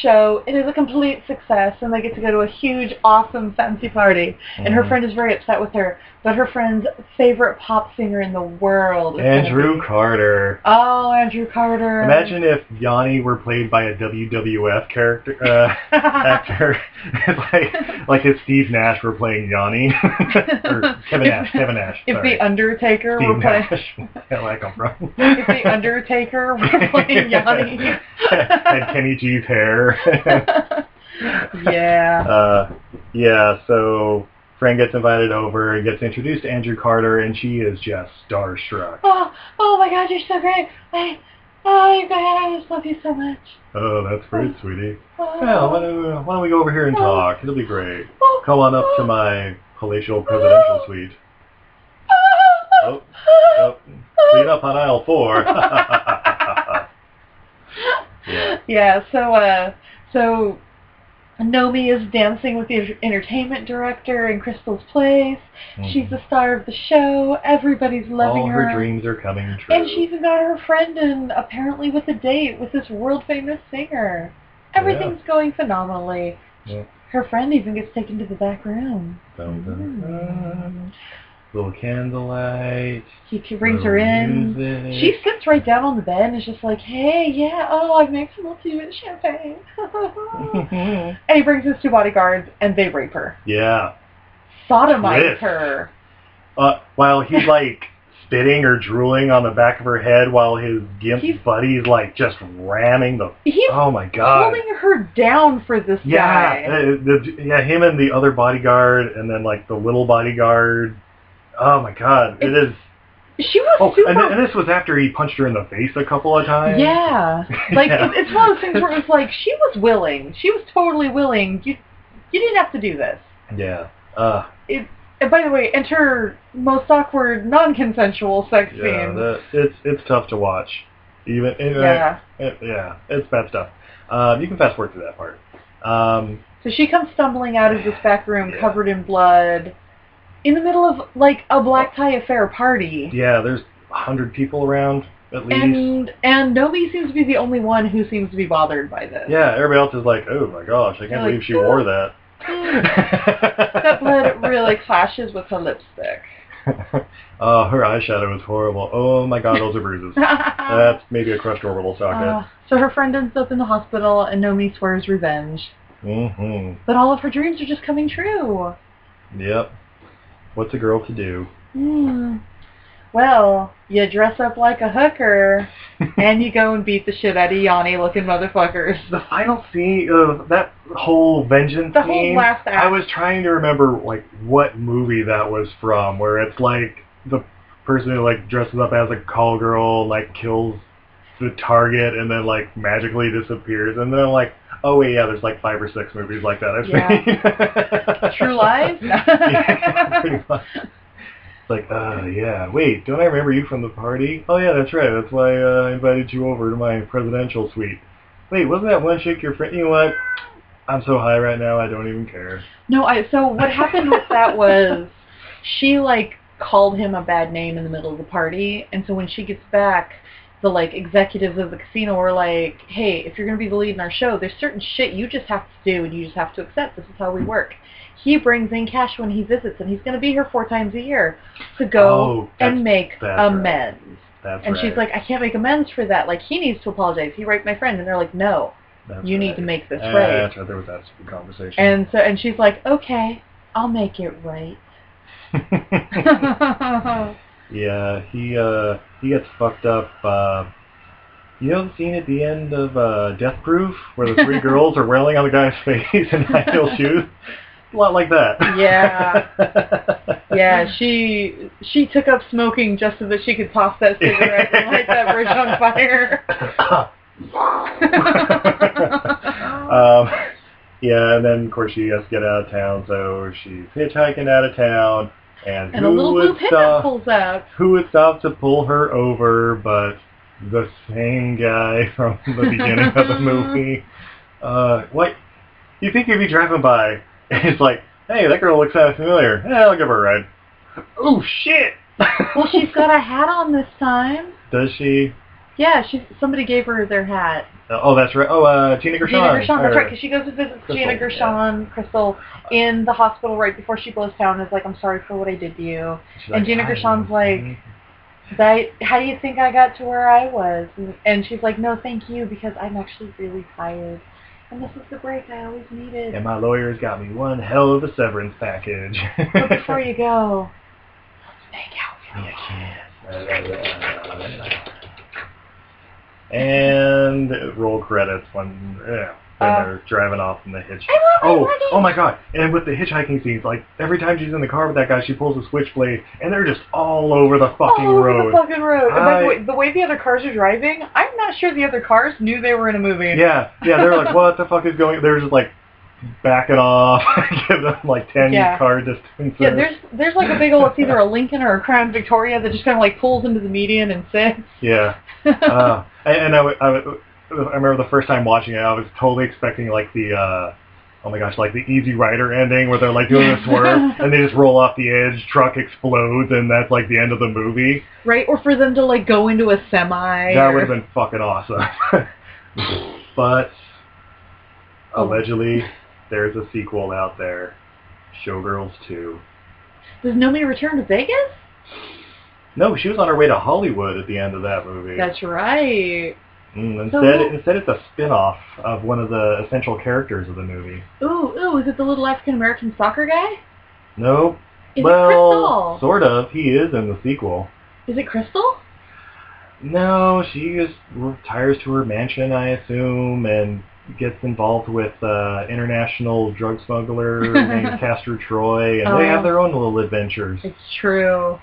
C: show. It is a complete success, and they get to go to a huge, awesome fancy party. And her
B: Mhm.
C: friend is very upset with her, but her friend's favorite pop singer in the world. is gonna
B: Andrew
C: be-
B: Carter.
C: Oh, Andrew Carter. [laughs]
B: Imagine if Yanni were played by a WWF character uh,
C: [laughs]
B: actor, [laughs] It's like like if Steve Nash were playing Yanni [laughs] or Kevin Nash. Kevin Nash.
C: If
B: sorry.
C: the Undertaker
B: Steve
C: were playing,
B: Nash. [laughs] Yeah, where I come from.
C: if the Undertaker were
B: [laughs]
C: playing Yanni, [laughs]
B: and Kenny G's hair.
C: yeah,
B: uh, yeah, so Fran gets invited over and gets introduced to Andrew Carter, and she is just starstruck.
C: oh, oh my God, you're so great! I, oh my God, I just love you so much.
B: Oh, that's great, sweetie.
C: Oh,
B: Well, why don't, why don't we go over here and talk? It'll be great.
C: oh,
B: Come on up to my palatial presidential suite. Oh, oh, clean up on aisle four. [laughs] yeah.
C: Yeah, so uh so Nomi is dancing with the enter- entertainment director in Crystal's place. She's the star of the show. Everybody's loving
B: All her dreams are coming true.
C: And she even got her friend in apparently with a date with this world famous singer. Everything's going phenomenally.
B: Yeah.
C: Her friend even gets taken to the back room.
B: Dun, dun,
C: Mm.
B: dun. Little candlelight.
C: He c- brings her in. She sits right down on the bed and is just like, hey, yeah, oh, I made some ultimate champagne. and
B: She's.
C: he brings his two bodyguards and they rape her.
B: yeah.
C: Sodomize
B: Twist.
C: her.
B: Uh, while
C: [laughs]
B: he's like spitting or drooling on the back of her head, while his gimp
C: He's-
B: buddy's like just ramming the.
C: He's
B: Oh my god.
C: holding her down for this
B: Yeah,
C: guy.
B: uh, the, yeah, him and the other bodyguard, and then like the little bodyguard. Oh my god, it is.
C: She was
B: Oh,
C: super
B: and, th- and this was after he punched her in the face a couple of times.
C: Yeah.
B: [laughs]
C: Like
B: Yeah.
C: it it's one of those things where it was like she was willing. She was totally willing. You you didn't have to do this.
B: Yeah. Uh,
C: And by the way, enter most awkward non-consensual sex
B: yeah.
C: scene.
B: the- it's it's tough to watch. Even anyway,
C: yeah.
B: it- yeah, it's bad stuff. Um, you can fast forward through that part. Um,
C: So she comes stumbling out of this back room
B: Yeah.
C: covered in blood in the middle of like a black tie affair party.
B: yeah, there's a hundred people around at least.
C: And and Nomi seems to be the only one who seems to be bothered by this.
B: yeah, everybody else is like, oh my gosh, I can't
C: Like,
B: believe she wore that.
C: [laughs] That blood really clashes with her lipstick.
B: [laughs] uh, her eyeshadow is horrible. Oh my god, those are bruises. That's maybe a crushed orbital
C: Uh,
B: socket.
C: so her friend ends up in the hospital, and Nomi swears revenge.
B: hmm
C: But all of her dreams are just coming true.
B: Yep. What's a girl to do? [laughs]
C: Hmm. Well, you dress up like a hooker and you go and beat the shit out of Yanni looking motherfuckers.
B: The final scene of that whole vengeance
C: The
B: scene.
C: whole last act.
B: I was trying to remember like what movie that was from, where it's like the person who like dresses up as a call girl, like kills the target, and then like magically disappears, and then I'm like, oh wait, yeah, there's like five or six movies like that I've [laughs] seen.
C: True Lies?
B: yeah, pretty much. It's like, uh, yeah, wait, don't I remember you from the party? Oh yeah, that's right. That's why uh, I invited you over to my presidential suite. Wait, wasn't that one chick your friend? You know what? I'm so high right now, I don't even care.
C: No, I so what happened with that was she like called him a bad name in the middle of the party and so when she gets back the like executives of the casino were like, Hey, if you're gonna be the lead in our show, there's certain shit you just have to do and you just have to accept. This is how we work. He brings in cash when he visits and he's gonna be here four times a year to
B: Oh,
C: go
B: that's-
C: and make
B: that's right.
C: amends.
B: That's
C: And
B: right.
C: she's like, I can't make amends for that. Like he needs to apologize. He raped my friend and they're like, No,
B: That's
C: you need
B: right.
C: to make this
B: Ah,
C: right.
B: That's right. There was that stupid conversation.
C: And so and she's like, Okay, I'll make it right.
B: yeah, he uh, he gets fucked up. Uh, you know the scene at the end of uh, Death Proof where the
C: [laughs]
B: three girls are railing on the guy's [laughs] face in high heel shoes? A lot like that. [coughs]
C: Yeah. yeah, she she took up smoking just so that she could toss that cigarette and light that bridge on fire. [laughs]
B: um, yeah, and then of course she has to get out of town, so she's hitchhiking out of town, and,
C: and a
B: who
C: little blue
B: would uh,
C: pickup
B: stop?
C: pulls up.
B: Who would stop to pull her over? But the same guy [laughs] from the beginning of
C: [laughs]
B: the movie. Uh, what? You think you'd be driving by, and it's like, hey, that girl looks kind of familiar. Eh, I'll give her a ride. Oh shit!
C: Well, she's got a hat on this time.
B: Does she?
C: Yeah, she somebody gave her their hat.
B: Oh, that's right. Oh, uh, Tina Gershon.
C: Gina Gershon, that's
B: Or-
C: right, 'cause she goes to visit Gina
B: Crystal,
C: Gershon, Crystal, in the hospital right before she blows town. And is like, I'm sorry for what I did to you.
B: she's
C: and Gina
B: "I
C: Gershon's
B: know."
C: like, That how do you think I got to where I was? And, and she's like, No, thank you, because I'm actually really tired, and this is the break I always needed.
B: And my lawyer's got me one hell of a severance
C: [laughs]
B: package.
C: But before you go, let's make out. for
B: Yeah,
C: a while.
B: I can. and roll credits when, yeah, when
C: Uh,
B: they're driving off in the hitch.
C: I love
B: Oh,
C: my luggage.
B: oh my god. And with the hitchhiking scenes, like every time she's in the car with that guy, she pulls a switchblade and they're just all over the fucking
C: All over
B: road.
C: Oh, the fucking road. And by
B: I-
C: the, way, the way the other cars are driving, I'm not sure the other cars knew they were in a movie.
B: yeah, yeah, they're like, what the fuck is going They're just like backing off, [laughs] give them like 10
C: Yeah.
B: car distances.
C: Yeah, there's there's like a big old it's either a Lincoln or a Crown Victoria that just kind of like pulls into the median and sits.
B: yeah.
C: [laughs]
B: uh, and and I, w- I, w- I remember the first time watching it, I was totally expecting like the, uh, oh my gosh, like the Easy Rider ending where they're like doing a
C: [laughs]
B: swerve and they just roll off the edge, truck explodes, and that's like the end of the movie.
C: right? Or for them to like go into a semi.
B: That
C: or-
B: would have been fucking awesome. [laughs] but allegedly, there's a sequel out there, Showgirls 2.
C: Does Nobody return to Vegas?
B: No, she was on her way to Hollywood at the end of that movie.
C: That's right.
B: Mm,
C: So
B: instead,
C: who-
B: instead, it's a spin-off of one of the essential characters of the movie.
C: Ooh, ooh, is it the little African American soccer guy?
B: No.
C: Is it
B: well,
C: Crystal?
B: sort of. He is in the sequel.
C: Is it Crystal?
B: No, she just retires to her mansion, I assume, and gets involved with uh, international drug
C: [laughs]
B: smuggler named Castor Troy, and they
C: Oh.
B: have their own little adventures.
C: It's
B: [laughs]
C: true.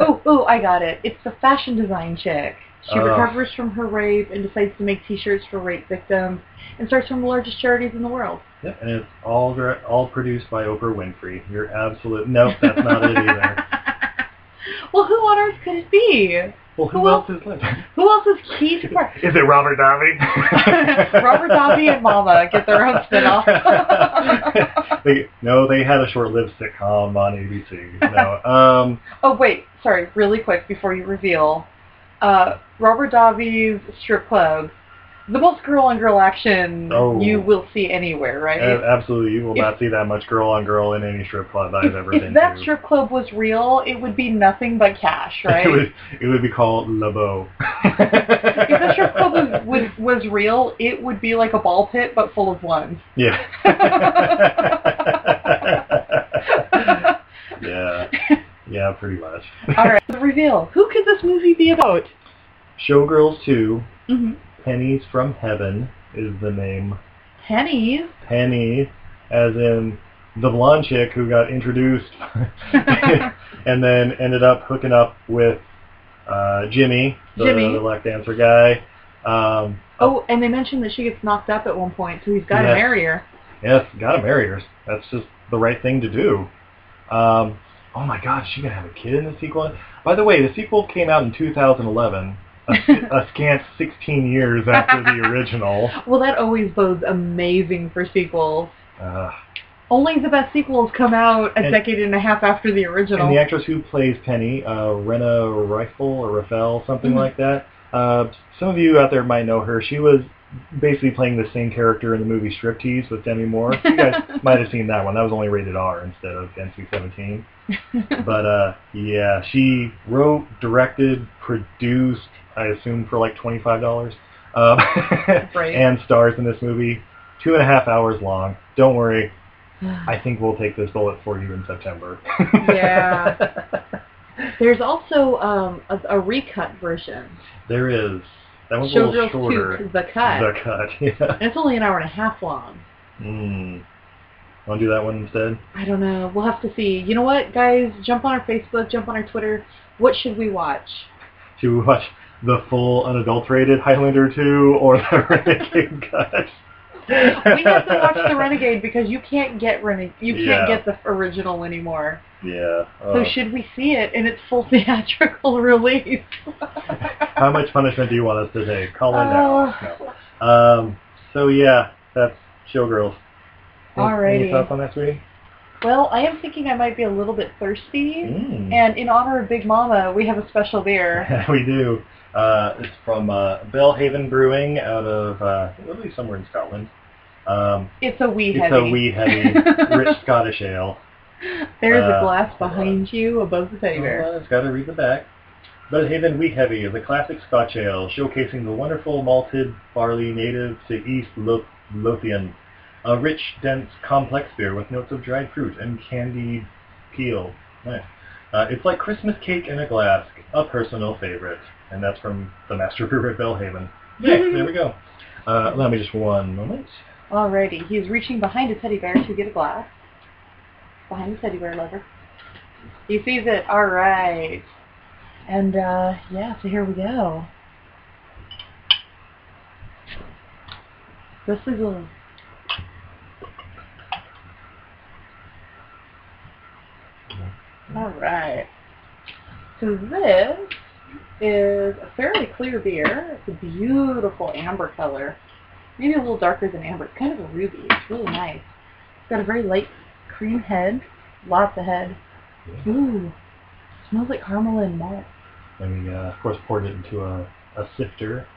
C: Oh, oh, I got it. It's the fashion design chick. She
B: Oh.
C: recovers from her rape and decides to make T-shirts for rape victims and starts from the largest charities in the world.
B: [laughs] Yep, and it's all dir- all produced by Oprah Winfrey. You're absolute. Nope, that's not it
C: [laughs]
B: either.
C: Well, who on earth could it be?
B: Well, who
C: Who
B: else is left?
C: Who else is Keith?
B: [laughs]
C: Par-
B: Is it Robert Davi?
C: [laughs] Robert Dobby and Mama get their own spinoff.
B: [laughs] They, no, they had a short-lived sitcom on ABC. No,
C: [laughs]
B: um,
C: oh wait, sorry. Really quick before you reveal, uh, Robert Davi's strip club, the most girl-on-girl action
B: Oh.
C: you will see anywhere, right?
B: a- absolutely, you will
C: If-
B: not see that much girl-on-girl in any strip club I've
C: if,
B: ever
C: if
B: been
C: that
B: to.
C: strip club was real, it would be nothing but cash, right?
B: [laughs] It would, it would be called Le Beau.
C: if the strip club was, was was real, it would be like a ball pit but full of ones.
B: [laughs] [laughs] Yeah.
C: [laughs]
B: yeah. Yeah, pretty much.
C: All right, the reveal. Who could this movie be about?
B: Showgirls 2,
C: hmm
B: Pennies from Heaven is the name. [laughs]
C: Pennies.
B: Penny, as in the blonde chick who got
C: [laughs]
B: introduced and then ended up hooking up with uh, Jimmy, the,
C: Jimmy.
B: the lap dancer guy. Um,
C: Oh, and they mentioned that she gets knocked up at one point, so he's got
B: Yeah.
C: to marry her.
B: Yes, gotta marry her. That's just the right thing to do. Um, oh my God, is she gonna have a kid in the sequel? By the way, the sequel came out in 2011,
C: [laughs]
B: a, a scant 16 years after the
C: [laughs]
B: original.
C: Well, that always bodes amazing for sequels.
B: Uh,
C: Only the best sequels come out a
B: And-
C: decade and a half after the original.
B: and the actress who plays Penny, uh, Rena Rifle or Raffel, something
C: Mhm.
B: like that. Uh, some of you out there might know her. She was basically playing the same character in the movie Striptease with Demi Moore. You guys might have seen that one. That was only rated R instead of NC-17. but uh yeah she wrote directed produced i assume for like twenty five dollars um, [laughs]
C: Right.
B: and stars in this movie two and a half hours long don't worry i think we'll take this bullet for you in september [laughs]
C: yeah. There's also um, a, a recut version.
B: there is that one's a little
C: Showgirls
B: shorter
C: 2, The Cut.
B: the cut [laughs] yeah
C: And it's only an hour and a half long.
B: mm. want to do that one instead
C: I don't know. We'll have to see. You know what, guys? Jump on our Facebook. Jump on our Twitter. What should we watch?
B: should we watch the full unadulterated highlander 2 or the [laughs] renegade cut
C: we have to watch
B: [laughs]
C: The Renegade because you can't get Rene- You
B: Yeah.
C: can't get the original anymore.
B: yeah
C: So
B: oh.
C: should we see it in its full [laughs] theatrical release?
B: How much punishment do you want us to take? Call in
C: Oh.
B: now. No. Um, so yeah, that's Showgirls. Any- Any
C: Alrighty.
B: thoughts on that, sweetie?
C: Well, I am thinking I might be a little bit thirsty.
B: Mm.
C: And in honor of Big Mama, we have a special
B: [laughs]
C: beer.
B: we do. Uh, it's from uh, Bellhaven Brewing out of, uh, I believe somewhere in Scotland. Um,
C: It's a wee
B: it's
C: heavy.
B: a wee heavy, rich Scottish ale.
C: There's
B: uh,
C: a glass behind you above the teddy bear.
B: Well, it's got to read the back. Belhaven Wheat Heavy is a classic Scotch ale showcasing the wonderful malted barley native to East Lo- Lothian. A rich, dense, complex beer with notes of dried fruit and candied peel. Nice. Uh, it's like Christmas cake in a glass, a personal favorite. And that's from the master brewer at Belhaven. Hey, there we go. Uh, allow me just one moment.
C: Alrighty, he's reaching behind a teddy bear to get a glass. Behind the teddy bear lover. He sees it. Alright. And uh, yeah, so here we go. This is a Alright. So this is a fairly clear beer. It's a beautiful amber color maybe a little darker than amber. It's kind of a ruby. It's really nice. It's got a very light cream head, lots of head. Ooh, smells like caramel
B: [laughs]
C: and malt.
B: And we, uh, of course, poured it into a, a sifter. [laughs]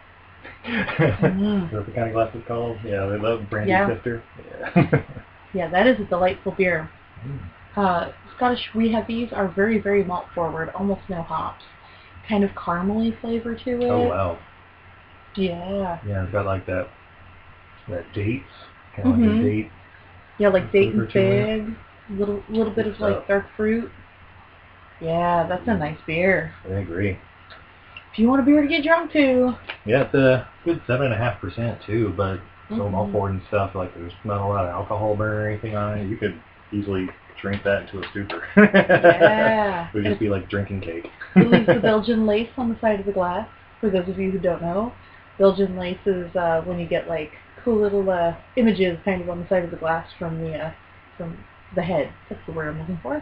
C: Mm.
B: Is that the kind of glass it's called? Yeah, they love brandy
C: Yeah.
B: sifter. Yeah.
C: Yeah, that is a delightful beer.
B: Mm.
C: Uh, Scottish wee heavies are very, very malt forward, almost no hops. Kind of caramely flavor to it.
B: oh wow.
C: Yeah.
B: Yeah, it's got like that that dates. Kind of like
C: Mhm.
B: a date.
C: Yeah, like date and
B: Flavor to it.
C: fig. Little little bit of
B: Stuff.
C: like dark fruit. Yeah, that's a nice beer.
B: I agree.
C: If you want a beer to get drunk to.
B: Yeah, it's a good seven and a half percent too, but so
C: Mhm.
B: malt forward and stuff, like there's not a lot of alcohol burn or anything on
C: Mm-hmm.
B: it. You could easily drink that into a stupor. [laughs]
C: Yeah.
B: it would just be like drinking cake.
C: It leaves the Belgian lace on the side of the glass. For those of you who don't know, Belgian lace is uh, when you get like cool little uh, images kind of on the side of the glass from the uh, from the head. That's the word I'm looking for.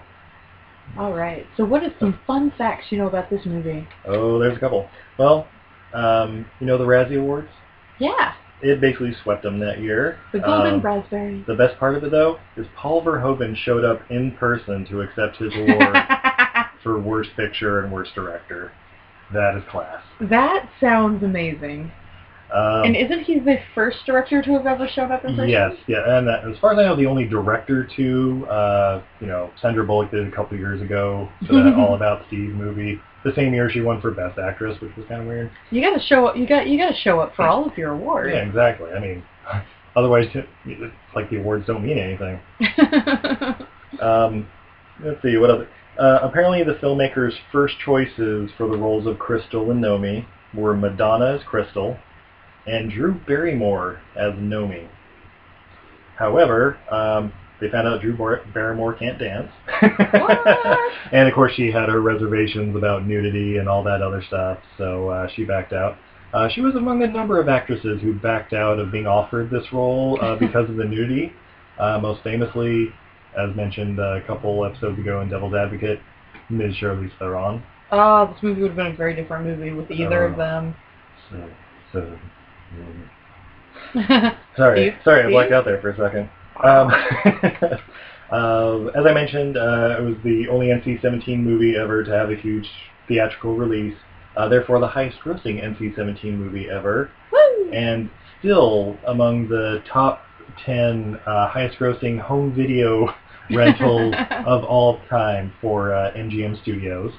C: All right. So, what is some fun facts you know about this movie?
B: Oh, there's a couple. Well, um, you know the Razzie Awards?
C: Yeah,
B: It basically swept them that year.
C: the golden
B: Um,
C: raspberry.
B: The best part of it, though, is Paul Verhoeven showed up in person to accept his award for Worst Picture and Worst Director. That is class.
C: [laughs] that sounds amazing.
B: Um,
C: and isn't he the first director to have ever shown up in person?
B: yes, yeah, and uh, as far as I know, the only director to, uh, you know, Sandra Bullock did it a couple of years ago for that All About Steve movie. The same year she won for Best Actress, which was kind of weird.
C: You gotta show up. You got. You gotta show up for all of your awards.
B: Yeah, exactly. I mean, [laughs] otherwise, it's like the awards don't mean anything. Um, let's see, what other? Uh, apparently, the filmmaker's first choices for the roles of Crystal and Nomi were Madonna as Crystal and Drew Barrymore as Nomi. However, um, they found out Drew Bar- Barrymore can't dance.
C: [laughs] What?
B: and of course, she had her reservations about nudity and all that other stuff, so uh, she backed out. Uh, she was among a number of actresses who backed out of being offered this role uh, because of the nudity. Uh, most famously, as mentioned a couple episodes ago in Devil's Advocate, Ms. Charlize Theron.
C: Oh, this movie would have been a very different movie with either of
B: Oh.
C: them.
B: So, so, mm.
C: Um, [laughs]
B: Sorry,
C: See?
B: sorry, I
C: See?
B: blacked out there for a second. Um, [laughs] um, as I mentioned, uh, it was the only NC-17 movie ever to have a huge theatrical release, uh, therefore the highest-grossing NC-17 movie ever,
C: Woo!
B: and still among the top 10 uh, highest-grossing home video [laughs]
C: [laughs]
B: rentals of all time for uh, MGM Studios.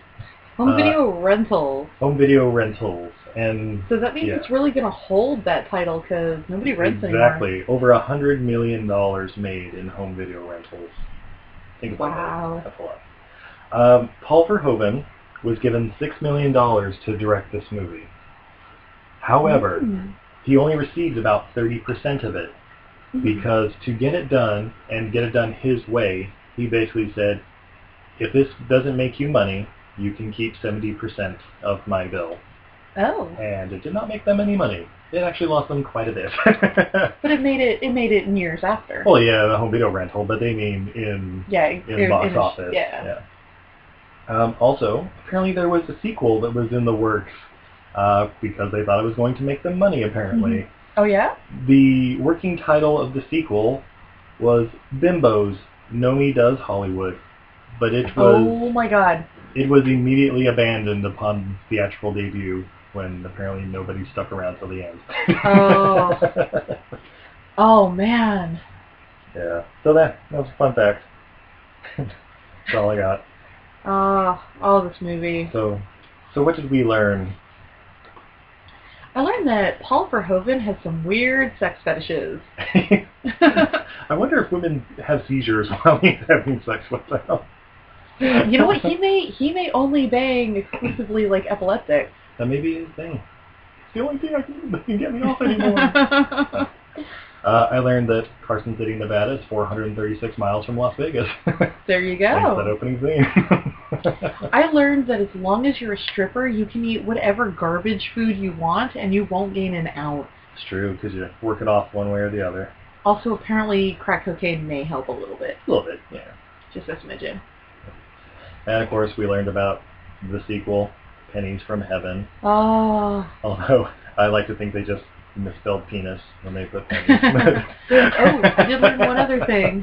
C: Home
B: uh,
C: video rental.
B: Home video rentals, and
C: So that means
B: yeah.
C: it's really going to hold that title because nobody rents anymore.
B: Exactly. Over a hundred million dollars made in home video rentals. Think about
C: Wow.
B: that. That's a lot. Um, Paul Verhoeven was given six million dollars to direct this movie. However,
C: Hmm.
B: he only received about thirty percent of it
C: Hmm.
B: because to get it done and get it done his way, he basically said, "If this doesn't make you money, you can keep seventy percent of my bill."
C: Oh,
B: And it did not make them any money. It actually lost them quite a bit. [laughs]
C: but it made it. It made it in years after.
B: Well, yeah, the home video rental, but they mean in
C: yeah,
B: in
C: they're-
B: box
C: Oh, in a-
B: office.
C: Yeah.
B: Um, also, apparently there was a sequel that was in the works uh, because they thought it was going to make them money. Apparently,
C: Oh yeah.
B: the working title of the sequel was Bimbos. Nomi does Hollywood, but it was
C: oh my [laughs] God.
B: it was immediately abandoned upon theatrical debut when apparently nobody stuck around till the end.
C: Oh. Oh man.
B: yeah. So that that was a fun fact. [laughs] That's all I got.
C: Oh, oh, this movie.
B: So, so what did we learn?
C: I learned that Paul Verhoeven has some weird sex fetishes.
B: I wonder if women have seizures [laughs] while he's having sex with them.
C: you know what? He may he may only bang exclusively like epileptics.
B: That may be his thing. It's the only thing I can, that can get me off
C: [laughs]
B: anymore.
C: oh
B: uh, I learned that Carson City, Nevada is 436 miles from Las Vegas.
C: there you
B: Thanks to that
C: go.
B: opening scene.
C: I learned that as long as you're a stripper, you can eat whatever garbage food you want, and you won't gain an ounce.
B: [laughs] it's true, because you work it off one way or the other.
C: Also, apparently, crack cocaine may help a little bit,
B: A little bit, yeah.
C: just a smidgen.
B: And of course, we learned about the sequel, Pennies from Heaven. [laughs]
C: Oh,
B: Although I like to think they just misspelled penis when they put pennies. [laughs] oh,
C: I did learn one other thing.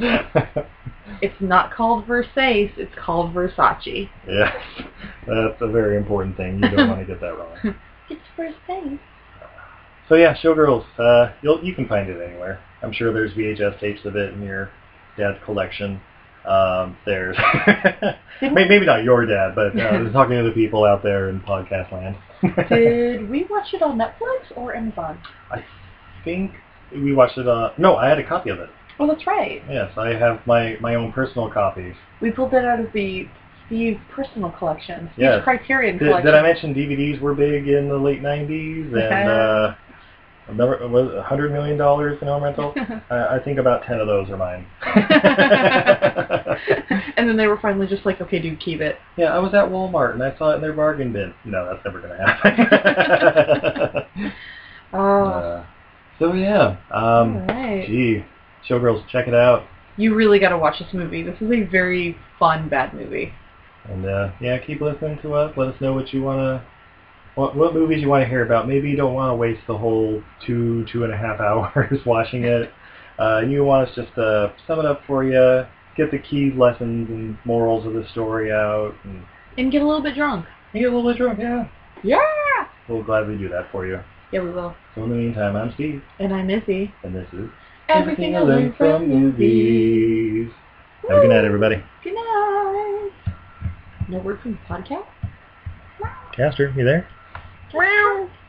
C: it's not called Versace, it's called Versace.
B: Yes, [laughs] that's a very important thing. You don't want to get that wrong. [laughs]
C: It's Versace.
B: So yeah, Showgirls. Uh, you'll you can find it anywhere. I'm sure there's VHS tapes of it in your dad's collection. Um, there's [laughs]
C: Didn't-
B: May- maybe not your dad, but uh, I'm talking to the people out there in podcast land.
C: Did we watch it on Netflix or Amazon?
B: I think we watched it. Uh, no, I had a copy of it.
C: Oh, that's right.
B: Yes, I have my my own personal copy.
C: We pulled that out of the Steve personal collection, Steve's
B: Yes.
C: Criterion
B: Did,
C: collection.
B: did I mention DVDs were big in the late '90s and uh, a number was it 100 million dollars in home rental? I, I think about 10 of those are mine.
C: [laughs] and then they were finally just like, okay, dude,
B: [laughs]
C: keep it.
B: yeah, I was at Walmart and I saw it in their bargain bin. No, that's never gonna happen.
C: Oh,
B: Uh, so yeah,
C: all
B: um,
C: right.
B: gee, showgirls, check it out,
C: You really got to watch this movie. This is a very fun bad movie.
B: and uh, yeah, keep listening to us. Let us know what you wanna. What, what movies you want to hear about? Maybe you don't want to waste the whole two, two and a half [laughs] hours watching it. Uh, you want us just to sum it up for you, get the key lessons and morals of the story out, and
C: And get a little bit drunk.
B: get a little bit drunk, yeah.
C: Yeah.
B: We'll gladly do that for you.
C: Yeah, we will.
B: So in the meantime, I'm Steve,
C: And I'm Izzy.
B: and this is
C: Everything I learned from movies.
B: Movies. Have a good night, everybody.
C: Good night. No word from the podcast?
B: Caster, you there?
C: Meow.